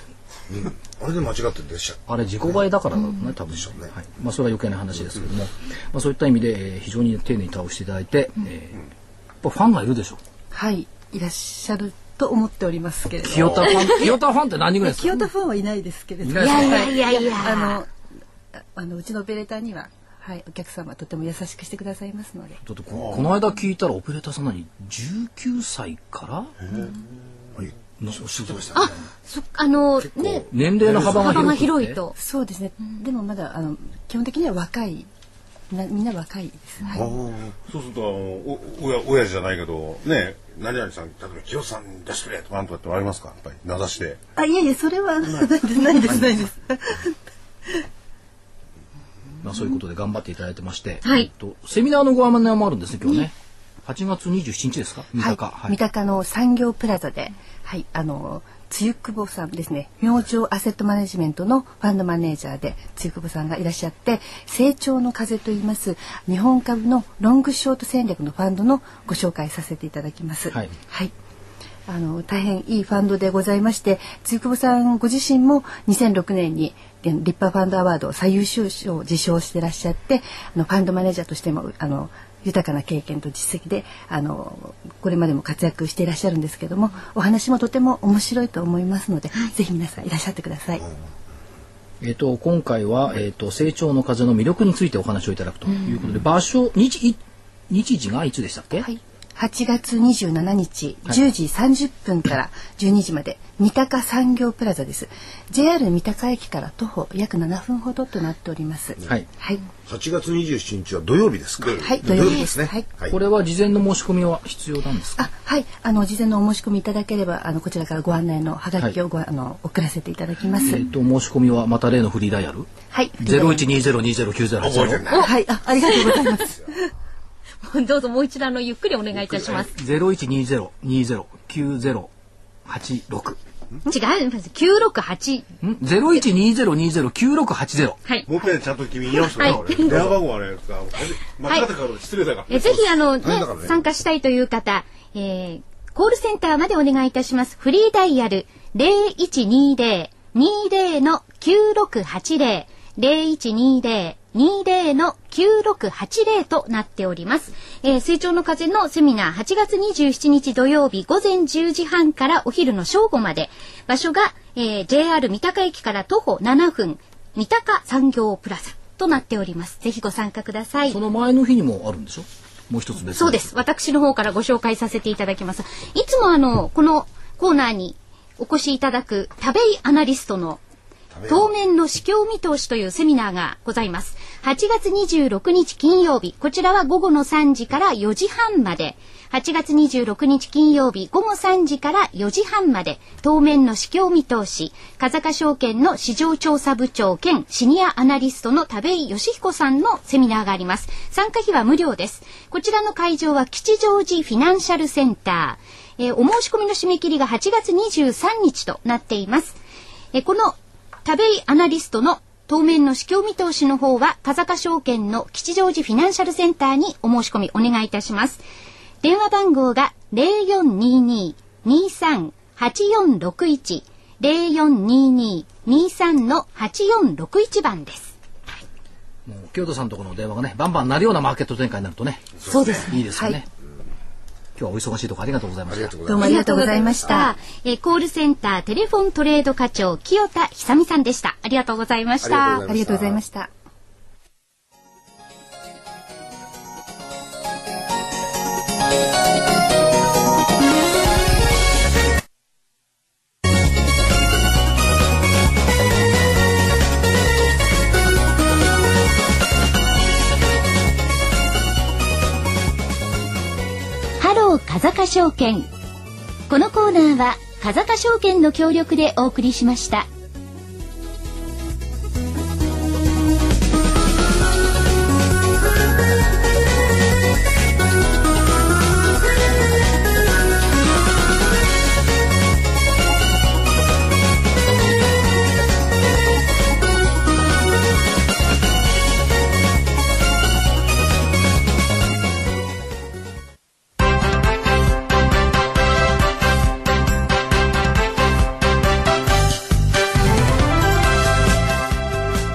あれで間違って出しちゃっ
あれ自己買いだからだろうね多分
うね
はいまあそれは余計な話ですけども、まあ、そういった意味で、えー非常に丁寧に対応していただいて、えーやっぱファンがいるでしょ
はいいらっしゃると思っておりますけれど
清田ファン清田ファンって何人ぐらいです
清
か
田ファンはいないですけれど
い
も
ないですか
いやいやいやいや
あのああのうちのオペレーターにははいお客様とても優しくしてくださいますので
だってここの間聞いたらオペレーターさんなに19歳からのお仕事でしたね
そあの、ね、
年齢の幅
幅が
が広
広
い
い
と
と。
そうですね、でもまだあの基本的には若いみんなみんな若いです、はい
ーそうするとあのおおや親父じゃないけどね何々さん例えば「清さん出してくれ」とかなんとかってありますかやっぱり名指しで
あいえいえそれは ないですないですないです
まあ、そういうことで頑張っていただいてまして、
はい
えっと、セミナーのご案内もあるんですね今日ね8月27日ですか三
は
鷹、
い、三鷹の産業プラザで、はい、あのつゆくぼさんですね明星アセットマネジメントのファンドマネージャーでつゆくぼさんがいらっしゃって成長の風といいます日本株のロングショート戦略のファンドのご紹介させていただきます。
はい
はいあの大変いいファンドでございまして露久保さんご自身も2006年にえ立派ファンドアワードを最優秀賞を受賞してらっしゃってあのファンドマネージャーとしてもあの豊かな経験と実績であのこれまでも活躍していらっしゃるんですけどもお話もとても面白いと思いますので、ぜひ皆さんいらっしゃってください。
えー、と今回は、えー、と成長の風の魅力についてお話をいただくということで、場所日い日時がいつでしたっけ、
はい、8月27日10時30分から12時まで三鷹産業プラザです。JR 三鷹駅から徒歩約7分ほどとなっております。
はい
はい、
た。8月27日は土曜日ですか。
はい
土曜日ですね。
土曜日です
はい
これは事前の申し込みは必要なんですか
あ、はい、あの事前のお申し込みいただければ、あのこちらからご案内のはがきをご、あの送らせていただきま
え
す。
ー、と申し込みはまた例のフリーダイヤル
はい、
0120209080
覚えてない。
おはい、あ、ありがとうございます。
どうぞもう一度あの、ゆっくりお願いいたします。
0120209086
違う、9680。
ん0120209680
はい。
もう一回ちゃんと君言い直してくれ
はい
俺電話番号あれか間違ってから失礼だから
えぜひあの、ね
大変だからね
参加したいという方、えーコールセンターまでお願いいたします。フリーダイヤル0120-20の9680、0120-20の9680となっております。えー成長の風のセミナー8月27日土曜日午前10時半からお昼の正午まで、場所が、えー JR 三鷹駅から徒歩7分、三鷹産業プラザとなっております。ぜひご参加ください
そ。の前の日にもあるんでしょもう一つ別の
そうです。私の方からご紹介させていただきます。いつもあの、このコーナーにお越しいただく、食べイアナリストの当面の市況見通しというセミナーがございます。8月26日金曜日、こちらは午後の3時から4時半まで。8月26日金曜日午後3時から4時半まで、当面の市況見通し、風賀証券の市場調査部長兼シニアアナリストの田部井義彦さんのセミナーがあります。参加費は無料です。こちらの会場は吉祥寺フィナンシャルセンター。えーお申し込みの締め切りが8月23日となっています。えーこの田部井アナリストの当面の市況見通しの方は、風賀証券の吉祥寺フィナンシャルセンターにお申し込みお願いいたします。電話番号が0422-23-8461、0422-23-8461番です。
もう京都さんとこの電話がねバンバンなるようなマーケット展開になるとね
そうです
いいですよね、今日はお忙しいところありがとうございました
どうもありがとうございました。
えーコールセンターテレフォントレード課長、清田久美さんでした。ありがとうございました。
ありがとうございました。
ハロー風賀証券。このコーナーは風賀証券の協力でお送りしました。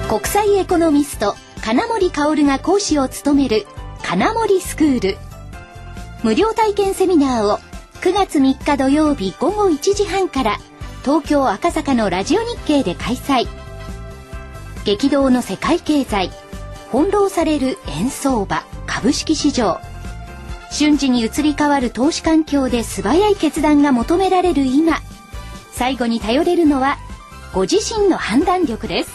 国際エコノミスト金森香織が講師を務める金森スクール無料体験セミナーを9月3日土曜日午後1時半から東京赤坂のラジオ日経で開催激動の世界経済翻弄される円相場株式市場瞬時に移り変わる投資環境で素早い決断が求められる今最後に頼れるのはご自身の判断力です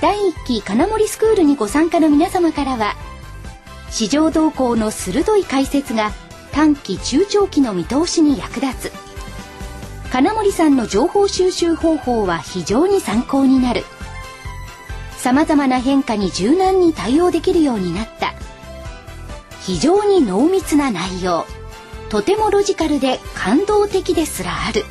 第1期金森スクールにご参加の皆様からは市場動向の鋭い解説が短期中長期の見通しに役立つ金森さんの情報収集方法は非常に参考になるさまざまな変化に柔軟に対応できるようになった非常に濃密な内容とてもロジカルで感動的ですらある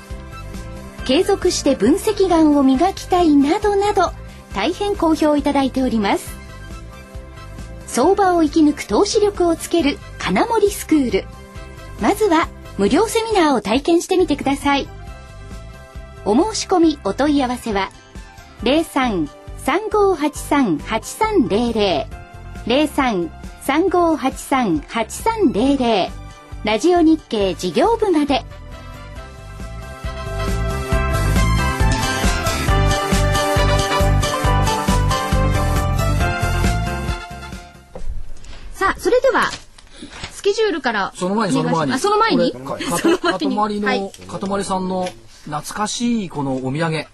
継続して分析眼を磨きたいなどなど大変好評いただいております相場を生き抜く投資力をつける金森スクールまずは無料セミナーを体験してみてくださいお申し込みお問い合わせは03-3583-8300 03-3583-8300ラジオ日経事業部までさあそれではスケジュールから
その前にその前に
あその前に
これ
その
かか
前
と
に
まりの、
はい
かとまりさんの懐かしいこのお土産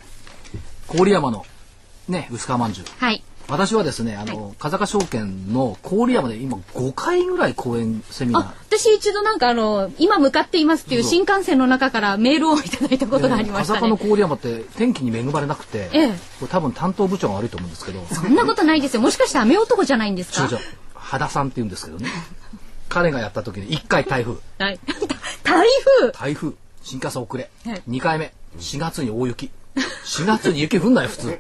郡山のね薄皮まんじゅう
はい
私はですねあの、風賀証券の郡山で今5回ぐらい講演セミナー
あ、私一度なんかあの今向かっていますっていう新幹線の中からメールをいただいたことがありました
えー
ね
朝霞。の郡山って天気に恵まれなくて、
ええ
これ多分担当部長が悪いと思うんですけど違
そんなことないですよ。もしかして雨男じゃないんです
う
か
違。う羽田さんって言うんですけどね彼がやった時に1回台風
はい。台風。
台風新幹線遅れ、
はい
2回目4月に大雪4月に雪降んない普通で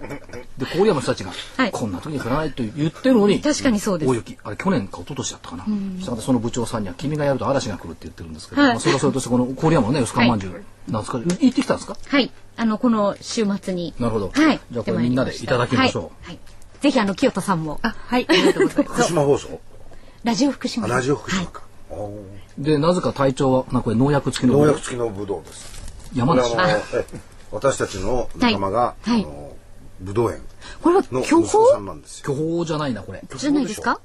郡山の人たちが、
はい
こんな時に降らないと言ってるのに
確かにそうです
大雪あれ去年か一昨年だったかな、したがってその部長さんには「君がやると嵐が来る」って言ってるんですけど、
はい
まあ、それはそれとしてこの郡山のね薄皮まんじゅう、懐かしい行ってきたんですか
はい。あのこの週末に。
なるほど
はい。
じゃあこれみんなでいただきましょ
う。はい。ぜひあの清田さんも
あ、はい、ありがとうございます。
福島放送
ラジオ福島
あ
で
ラジオ福島か、おー
でなぜか体調はなこれ農薬付きの
農薬付きのブドウです
山梨
これあのええ私たちの仲間が、
はいはい
あのブドウ園
これは
の
巨
息子さん
峰
なんですよ
巨峰じゃないなこれ
じゃないですか？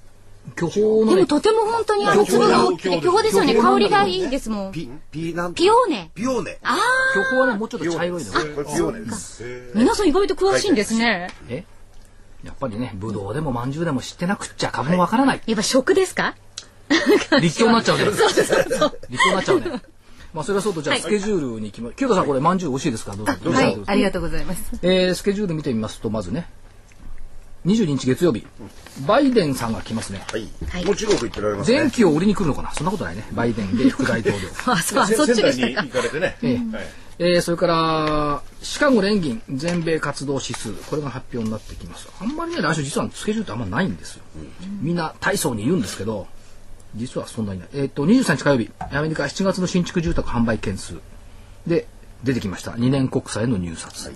巨峰の
で
ね
もとても本当にあの粒が大きくて巨峰ですよね香りがいいですもん
ピ、ピーなん
ピオーネ
ピオーネ。
ああ
巨峰はねもうちょっと茶色いのよ
これピオーネです。
皆さん意外と詳しいんですね
えやっぱりねぶどうでもまんじゅうでも知ってなくっちゃ株もわからない
やっぱ食ですか
立教になっちゃうね立教になっちゃうねまあそれはそうとじゃあスケジュールに決まる清田さんこれまんじゅう美味しいですからどうぞどうぞ
はい、ありがとうございます。
えースケジュール見てみますとまずね22日月曜日バイデンさんが来ますね
はい。もう中国行ってられますね。
前期を売りに来るのかなそんなことないねバイデンで副大統領
あそうそっちでしたか
行かれてね。
えええーそれからシカゴ連銀全米活動指数これが発表になってきますあんまりね来週実はスケジュールってあんまないんですよ、みんな大層に言うんですけど実はそんなにないえっ、と23日火曜日アメリカ7月の新築住宅販売件数で出てきました2年国債の入札、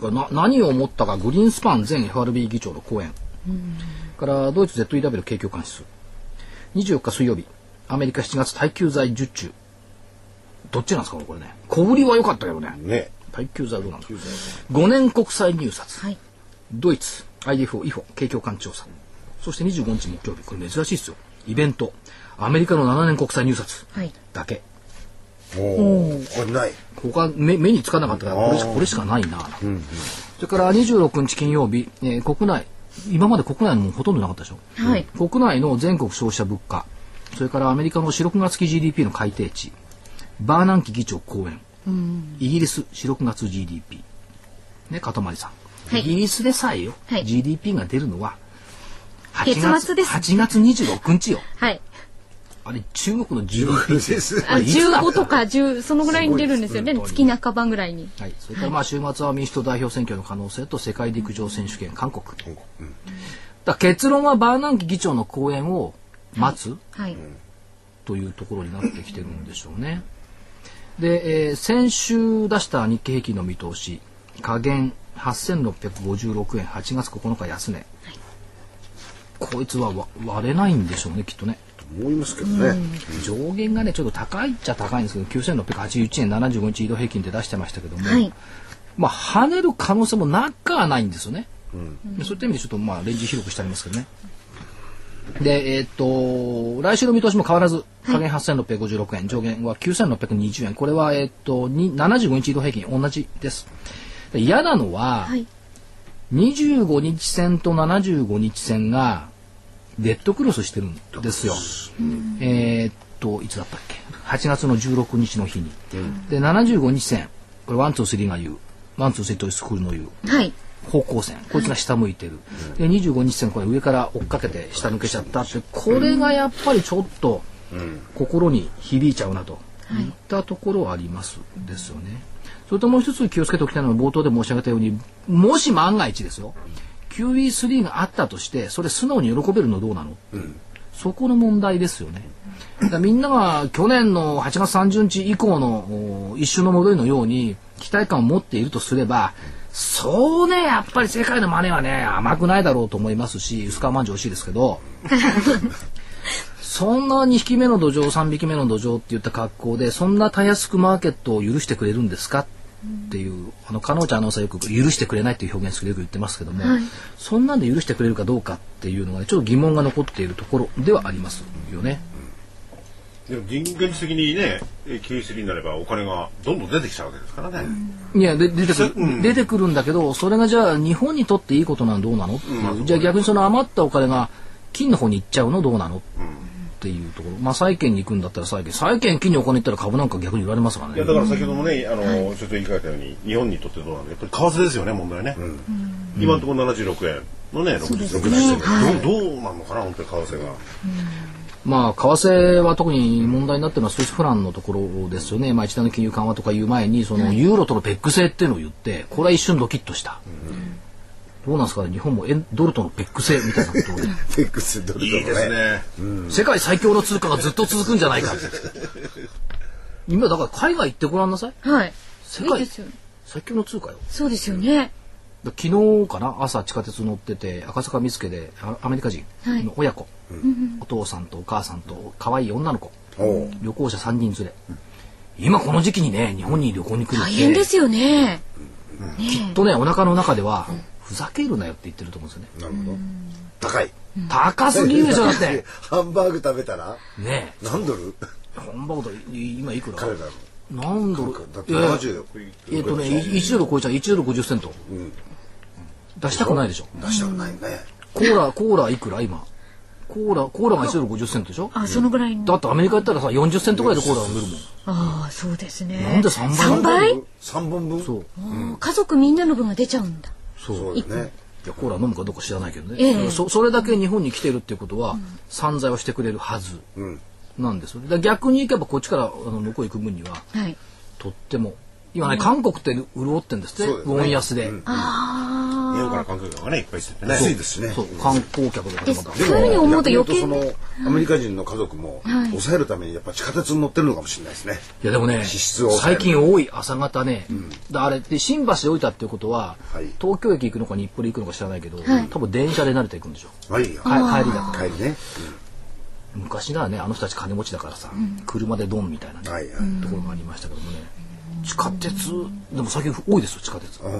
これな何を思ったかグリーンスパン前 FRB 議長の講演、からドイツ ZEW 景況監視数24日水曜日アメリカ7月耐久財受注どっちなんですかこれね小売りは良かったけどね
ね。
耐久財はどうなんだ5年国債入札、
はい
ドイツ IDFO 違法景況感調査そして25日木曜日これ珍しいですよイベントアメリカの7年国債入札
はい
だけ
おお。これない。
他目目につかなかったからこれしかこれしかないな、それから26日金曜日、えー国内今まで国内のもんほとんどなかったでしょ
はい
国内の全国消費者物価それからアメリカの4、6月期 GDP の改定値バーナンキ議長講演イギリス4、6月 GDP ね、かとまりさん、
はい
イギリスでさえよ、
はい
GDP が出るのは8月
月末です
8月26日よ
はい
あれ中国の GDP
です。
あ
いつだ
15とか10そのぐらいに出るんですよね
すごいです
月半ばぐらいに
はい、それからまあ週末は民主党代表選挙の可能性と世界陸上選手権韓国、だから結論はバーナンキ議長の講演を待つ
はい
というところになってきてるんでしょうね。で、えー先週出した日経平均の見通し下限8656円8月9日安値、こいつはわ割れないんでしょうねきっとね。
思いますけどね。
上限がねちょっと高いっちゃ高いんですけど9681円75日移動平均で出してましたけども、
はい
まあ跳ねる可能性もなくはないんですよね、でそういった意味でちょっとまあレンジ広くしてありますけどねでえーっと来週の見通しも変わらず下限8656円上限は9620円これはえーっとに75日移動平均同じですで嫌なのは、
はい
25日線と75日線がデッドクロスしてるんですよ。えーっといつだったっけ8月の16日の日に。で75日線これワンツースリーが言うワンツースリーというスクールの言う
はい
方向線こいつが下向いてる。で25日線これ上から追っかけて下抜けちゃったってこれがやっぱりちょっと心に響いちゃうなといったところはありますですよね。それともう一つ気をつけておきたいのは冒頭で申し上げたようにもし万が一ですよ QE3 があったとしてそれ素直に喜べるのどうなの、そこの問題ですよね。だからみんなが去年の8月30日以降のお一瞬の戻りのように期待感を持っているとすればそうねやっぱり世界のマネーはね甘くないだろうと思いますし薄皮まんじゅう美味しいですけど。そんな2匹目の土壌3匹目の土壌って言った格好でそんなたやすくマーケットを許してくれるんですかっていうあの加納ちゃんアナウンサーよく「許してくれない」っていう表現するよく言ってますけども、そんなんで許してくれるかどうかっていうのが、ね、ちょっと疑問が残っているところではありますよね。
でも人間的にね、QE3 になればお金がどんどん出てきちゃうわけですからね。
いやで出てくる、
うん
出てくるんだけどそれがじゃあ日本にとっていいことなのどうなのっていう、じゃあ逆にその余ったお金が金の方に行っちゃうのどうなの、っていうところまあ債券に行くんだったら債券債券金にお金行ったら株なんか逆に売られますからね。
いやだから先ほどもね、あの、所長言いかれたように、日本にとってどうなのやっぱり為替ですよね、問題ね。今のところ76円のね、66円。どうどうなんのかな、本当に為替が。
まあ、為替は特に問題になってるのはスイスフランのところですよね、まあ、一段の金融緩和とかいう前にそのユーロとのペック制っていうのを言ってこれは一瞬ドキッとした、どうなんですかね日本も円ドルとのペック制みたいなことを
テックスドル
いいです。ね。
世界最強の通貨がずっと続くんじゃないか今だから海外行ってごらんなさい
はい
世
いい
界
ですよね
最強の通貨よ
そうですよね
だ昨日かな朝地下鉄乗ってて赤坂見附であアメリカ人の親子、お父さんとお母さんと可愛い女の子、
おお。
旅行者3人連れ、今この時期にね日本に旅行に来るって
大変ですよね
きっとねお腹の中では、ふざけるなよって言ってると思うんですよね。
なるほど。高い。
高すぎるでしょ、だって。。
ハンバーグ食べたら
ねえ。
何ドル
ハンバーグと今いくら
彼らの。
何ドル
だって
いやいや
70よ。
えっとね、1ドル超えちゃう、1ドル50セント。出したくないでしょ。
出したくないね。
コーラ、コーラいくら今。コーラ、コーラが1ドル50セントでしょ
あ、そのぐらい
だ
の。
ってアメリカ行ったらさ、40セントぐらいでコーラ飲めるもん。
ああ、そうですね。
なんで3倍
三倍
?3 本分
そう。
うん家族みんなの分が出ちゃうんだ。
そうだね。
いや、コーラ飲むかどうか知らないけどね。
ええ
だからそそれだけ日本に来てるっていうことは、散財をしてくれるはず
うん。
なんですよね。だから逆に行けばこっちからあの向こう行く分には、
はい。
とっても。今ね、韓国って潤ってんですって、
そうです
ウ
ね
ォン安で。
日本から韓国がねいっぱいしててね
安いですね。
そう、観光客とかでまた。
でも
そういうふうに思うと余計
逆に言うとそのアメリカ人の家族も抑えるためにやっぱ地下鉄に乗ってるのかもしれないですね。
いやでもね、
脂質を抑え
最
る
近多い朝方ね、だあれって新橋で降りたっていうことは、
はい
東京駅行くのか日暮里行くのか知らないけど、多分電車で慣れていくんでしょ。
まあいいや。
か帰りだから。
帰りね。
昔ならね、あの人たち金持ちだからさ、車でドンみたいなね、
はいはい。
ところがありましたけどもね、地下鉄、でも最近多いですよ、地下鉄。
うん。だ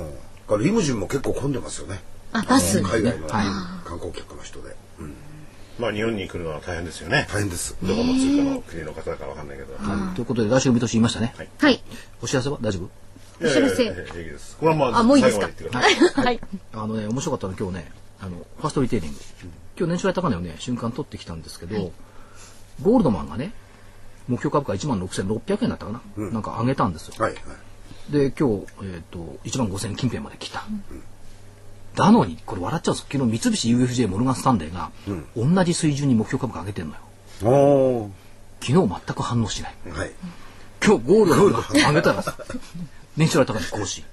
からリムジンも結構混んでますよね。
あ、バス。
海外の
はい
観光客の人で。うん
まあ日本に来るのは大変ですよね
大変です。
どこの通貨の国の方だかわかんないけど
ということで、来週の見通し言いましたね。
はい。
お知らせは大丈
お
夫
知らせ
ですこれはまあ
あ、もういいです
最後ま
か
で言ってくださ
は
い
い。
あのね、面白かったの今日ね、あの、ファーストリテイリング。今日年初来高値をね、瞬間取ってきたんですけど、ゴールドマンがね、目標株価1万6600円だったかな、なんか上げたんですよ。
はいはい。
で、今日、えっ、と、1万5000近辺まで来た。なのに、これ笑っちゃうんですよ。昨日三菱 UFJ モルガンスタンレーが、同じ水準に目標株価上げてんのよ。
おー
昨日全く反応しない。
はい。
今日ゴールドマンが上げ たらさ、年収来高値更新。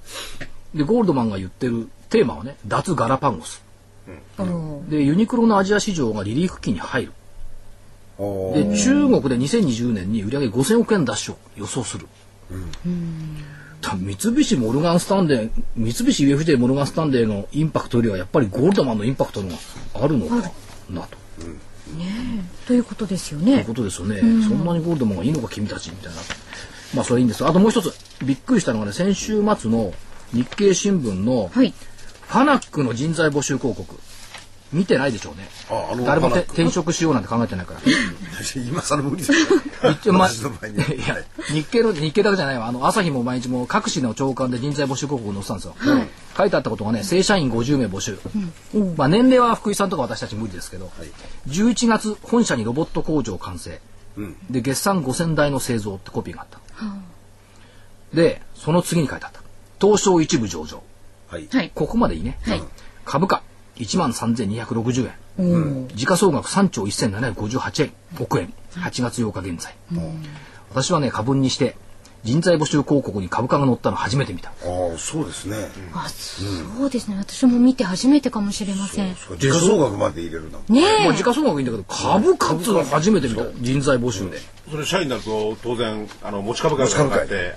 で、ゴールドマンが言ってるテーマはね、脱ガラパンゴス。で、ユニクロのアジア市場がリリーフ期に入る。
おー
で、中国で2020年に売上5000億円奪取を予想する。だ三菱モルガンスタンレー、三菱 UFJ モルガンスタンレーのインパクトよりはやっぱりゴールドマンのインパクトの方があるのかなと。
ということですよ
という
ね。
ことですよね、そんなにゴールドマンがいいのか君たちみたいなまあそれはいいんですあともう一つびっくりしたのがね先週末の日経新聞のフ
はい。
ァナックの人材募集広告見てないでしょうね
ああの
誰もて
ファナック
転職しようなんて考えてないから
今更無理だ
一
よ。
応ま
私の前に。
いや日経の日経だけじゃないわあの朝日も毎日も各紙の朝刊で人材募集広告載ってたんですよ、書いてあったことがね正社員50名募集、まあ、年齢は福井さんとか私たち無理ですけど、11月本社にロボット工場完成、で月産5000台の製造ってコピーがあった、でその次に書いてあった東証一部上場
はい。
はい。
ここまでいいね、
はい
株価1万3260円、時価総額3兆1758円億円8月8日現在、私はね過分にして人材募集広告に株価が載ったの初めて見た
ああ、そうですね。
あ、そうですね。私も見て初めてかもしれません。
そう時価総額まで入れるな。
ね
まあ
え
時。価総額いいんだけど株価っつうのは初めて見た人材募集で、
それ社員だと当然あの持ち株価が上がって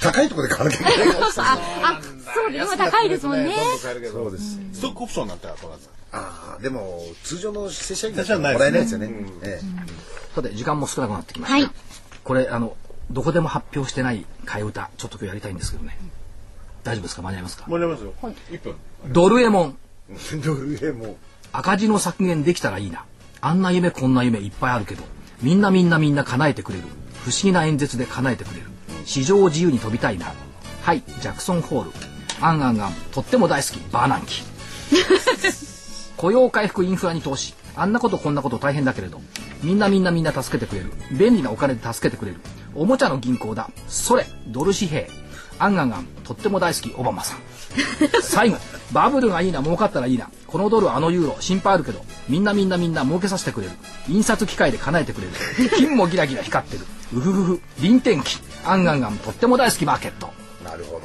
高いところで買わなきゃいけない。
あ、そう です。今高いですもんね。
そうです。
ストックオプションなんて後なんです
ああ、でも、通常の正社員だったらもらえないですよね。ええ
さて時間も少なくなってきました、
はい。
これあのどこでも発表してない替え歌ちょっと今日やりたいんですけどね、大丈夫ですか間に合いますか、
盛り上がりますよ一分
ドルエモン
ドル円も。
赤字の削減できたらいいなあんな夢こんな夢いっぱいあるけどみんなみんなみんな叶えてくれる不思議な演説で叶えてくれる市場を自由に飛びたいなはいジャクソンホールアンアンアンとっても大好きバーナンキ雇用回復インフラに投資あんなことこんなこと大変だけれどみんなみんなみんな助けてくれる便利なお金で助けてくれるおもちゃの銀行だそれドル紙幣アンアンアンとっても大好きオバマさん最後バブルがいいな儲かったらいいなこのドルあのユーロ心配あるけどみんなみんなみんな儲けさせてくれる印刷機械で叶えてくれる金もギラギラ光ってるうふふふ臨転機アンガンガンとっても大好きマーケット
なるほ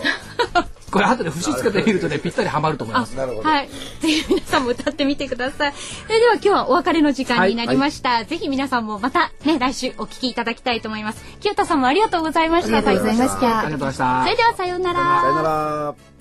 ど。
これ後で節つけてみるとねぴったりはまると思います
なるほど。
はい。ぜひ皆さんも歌ってみてください。それでは今日はお別れの時間になりました。ぜひ皆さんもまたね、来週お聞きいただきたいと思います。清田さんもありがとうございました。
ありがとうございました
斉藤さん
ありがとうございました
それではさようなら。
さよなら。